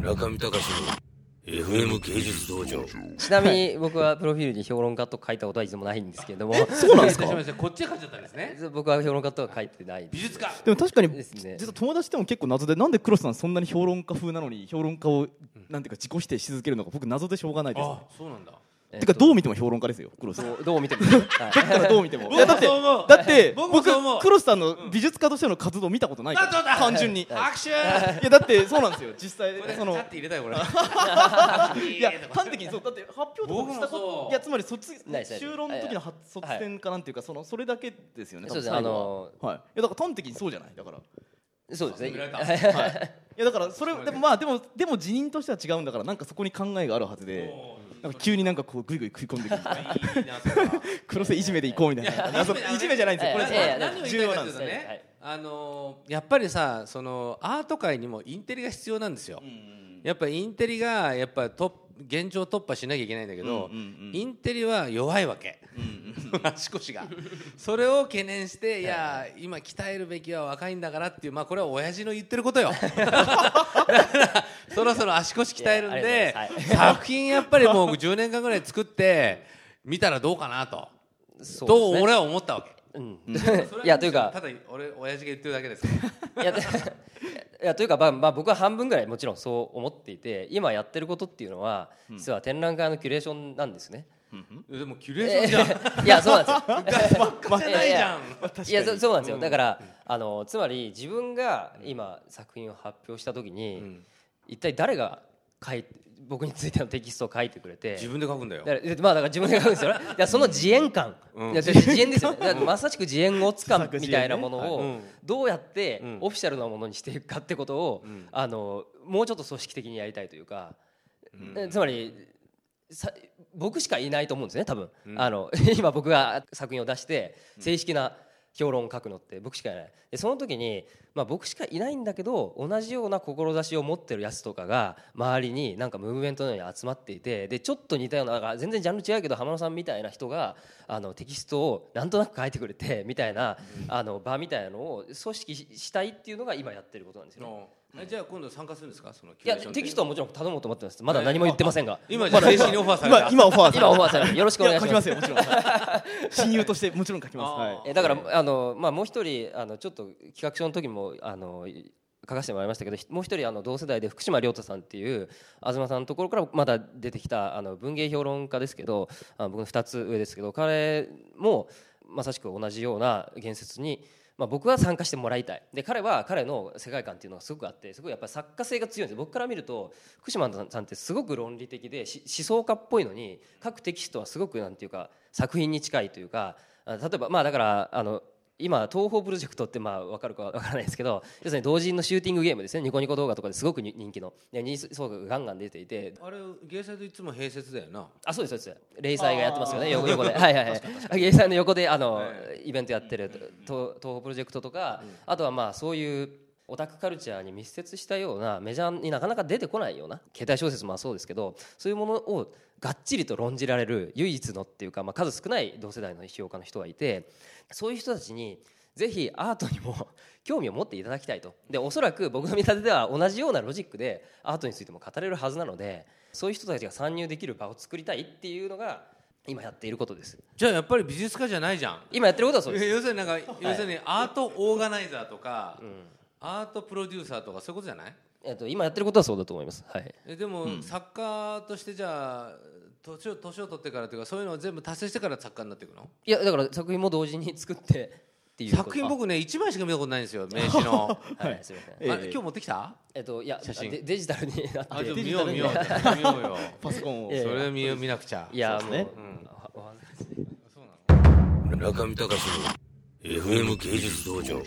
中見隆の FM 芸術道場ちなみに僕はプロフィールに評論家と書いたことは一度もないんですけれども、そうなんです失礼かしましたこっちが勝っちゃったんですね 僕は評論家とは書いてないで美す。術家でも確かにですね実は友達でも結構謎でなんで黒瀬さんそんなに評論家風なのに評論家をなんていうか自己否定し続けるのか僕謎でしょうがないですねあそうなんだてかどう見ても評論家ですよ黒瀬さんどうどう見 ても、はいだからどう見てもい僕やもだってそう思うだって僕も僕そう思う黒瀬さんの美術家としての活動を見たことないかあそうだら単純にい拍手やだってそうなんですよ実際これそ立のって入れたよこれいや端的にそうだって発表とかしたこ僕もそとういやつまり卒ないですないです就論の時の発卒戦かなんていうかそのそれだけですよねそうです多分最後はあはいいやだから端的にそうじゃないだからそうですね見られた。はい、いやだからそれでもまあでもでも辞任としては違うんだからなんかそこに考えがあるはずでなんか急になんかこうグイグイ食い込んでく るいいなそ れは黒瀬いじめで行こうみたいないや謎のいじめじゃないんですよこれいやいや何重を言いたい要かなんといでうすとはね、いあのーやっぱりさそのアート界にもインテリが必要なんですよ、やっぱインテリがやっぱトップ現状突破しなきゃいけないんだけど、うんうんうんインテリは弱いわけ、 足腰がそれを懸念していや今鍛えるべきは若いんだからっていうまあこれは親父の言ってること よ だからそろそろ足腰鍛えるんいやでありがとうございます作品やっぱりもう10年間ぐらい作って見たらどうかなと、そうですとね俺は思ったわけ。うんそれはいや というかただ俺親父が言ってるだけ ですいやで いやというか、まあまあ、僕は半分ぐらいもちろんそう思っていて今やってることっていうのは、実は展覧会のキュレーションなんですね。でもキュレーションじゃんじいやそうなんですよゃないじ ゃんいやそそうなんですよ、だからあのつまり自分が今作品を発表した時に、ん一体誰が書い僕についてのテキストを書いてくれて自分で書くんだよだからまあだから自分で書くんですよねいやその自演感、いや自演ですよねだからまさしく自演をつかむみたいなもの自演をねはいどうやってうんオフィシャルなものにしていくかってことを、んあのもうちょっと組織的にやりたいというか、えつまりさ僕しかいないと思うんですね多分、あの 今僕が作品を出して正式な評論を書くのって僕しかいないでその時に、まあ、僕しかいないんだけど同じような志を持ってるやつとかが周りになんかムーブメントのように集まっていてでちょっと似たようなだから全然ジャンル違うけど浜野さんみたいな人があのテキストをなんとなく書いてくれて みたいなあの場みたいなのを組織ししたいっていうのが今やってることなんですよね。えじゃあ今度参加するんですかそのキいュレやーションテキストはもちろん頼もうと思ってますまだ何も言ってませんが今じゃあ正式にオファーされた今今オファー今されたオファーされるよろしくお願いや書しきまますすよもちろんはい 親友としてもちろん書きますあーはいえだからあのまあもう一人あのちょっと企画書の時もあの書かせてもらいましたけどひもう一人あの同世代で福島亮太さんっていう東さんのところからまだ出てきたあの文芸評論家ですけどあの僕の2つ上ですけど彼もまさしく同じような言説に、まあ、僕は参加してもらいたいで彼は彼の世界観っていうのがすごくあってすごいやっぱり作家性が強いんです僕から見ると福島さんってすごく論理的でし思想家っぽいのに各テキストはすごくなんていうか作品に近いというかあ例えばまあだからあの今東宝プロジェクトってまあ分かるか分からないですけど 要するに同人のシューティングゲームですねニコニコ動画とかですごくに人気ので人数がガンガン出ていてあれ芸祭といつも併設だよなあそうですそうです零細がやってますよね横横ではいはいはい零細の横であの、イベントやってると東宝プロジェクトとか、あとはまあそういうオタクカルチャーに密接したようなメジャーになかなか出てこないような携帯小説もそうですけどそういうものをがっちりと論じられる唯一のっていうか、まあ、数少ない同世代の批評家の人がいてそういう人たちにぜひアートにも 興味を持っていただきたいとでおそらく僕の見立てでは同じようなロジックでアートについても語れるはずなのでそういう人たちが参入できる場を作りたいっていうのが今やっていることですじゃあやっぱり美術家じゃないじゃん今やってることはそう要ですするになんか要するにアートオーガナイザーとかアートプロデューサーとかそういうことじゃないえっと、今やってることはそうだと思います。はい。えでも、作家としてじゃあ年を年を取ってからというかそういうのを全部達成してから作家になっていくのいや、だから作品も同時に作ってっていうこと。作品僕ね1枚しか見たことないんですよ名刺 のあ。はい、すみません。ええあれ今日持ってきたえっと、いや、写真デデジタルになってあじゃあて。見よう見よう見ようよ パソコンをええそれ見よう見なくちゃいや、もねう、うんおお恥ずかしい。中見隆の FM 芸術道場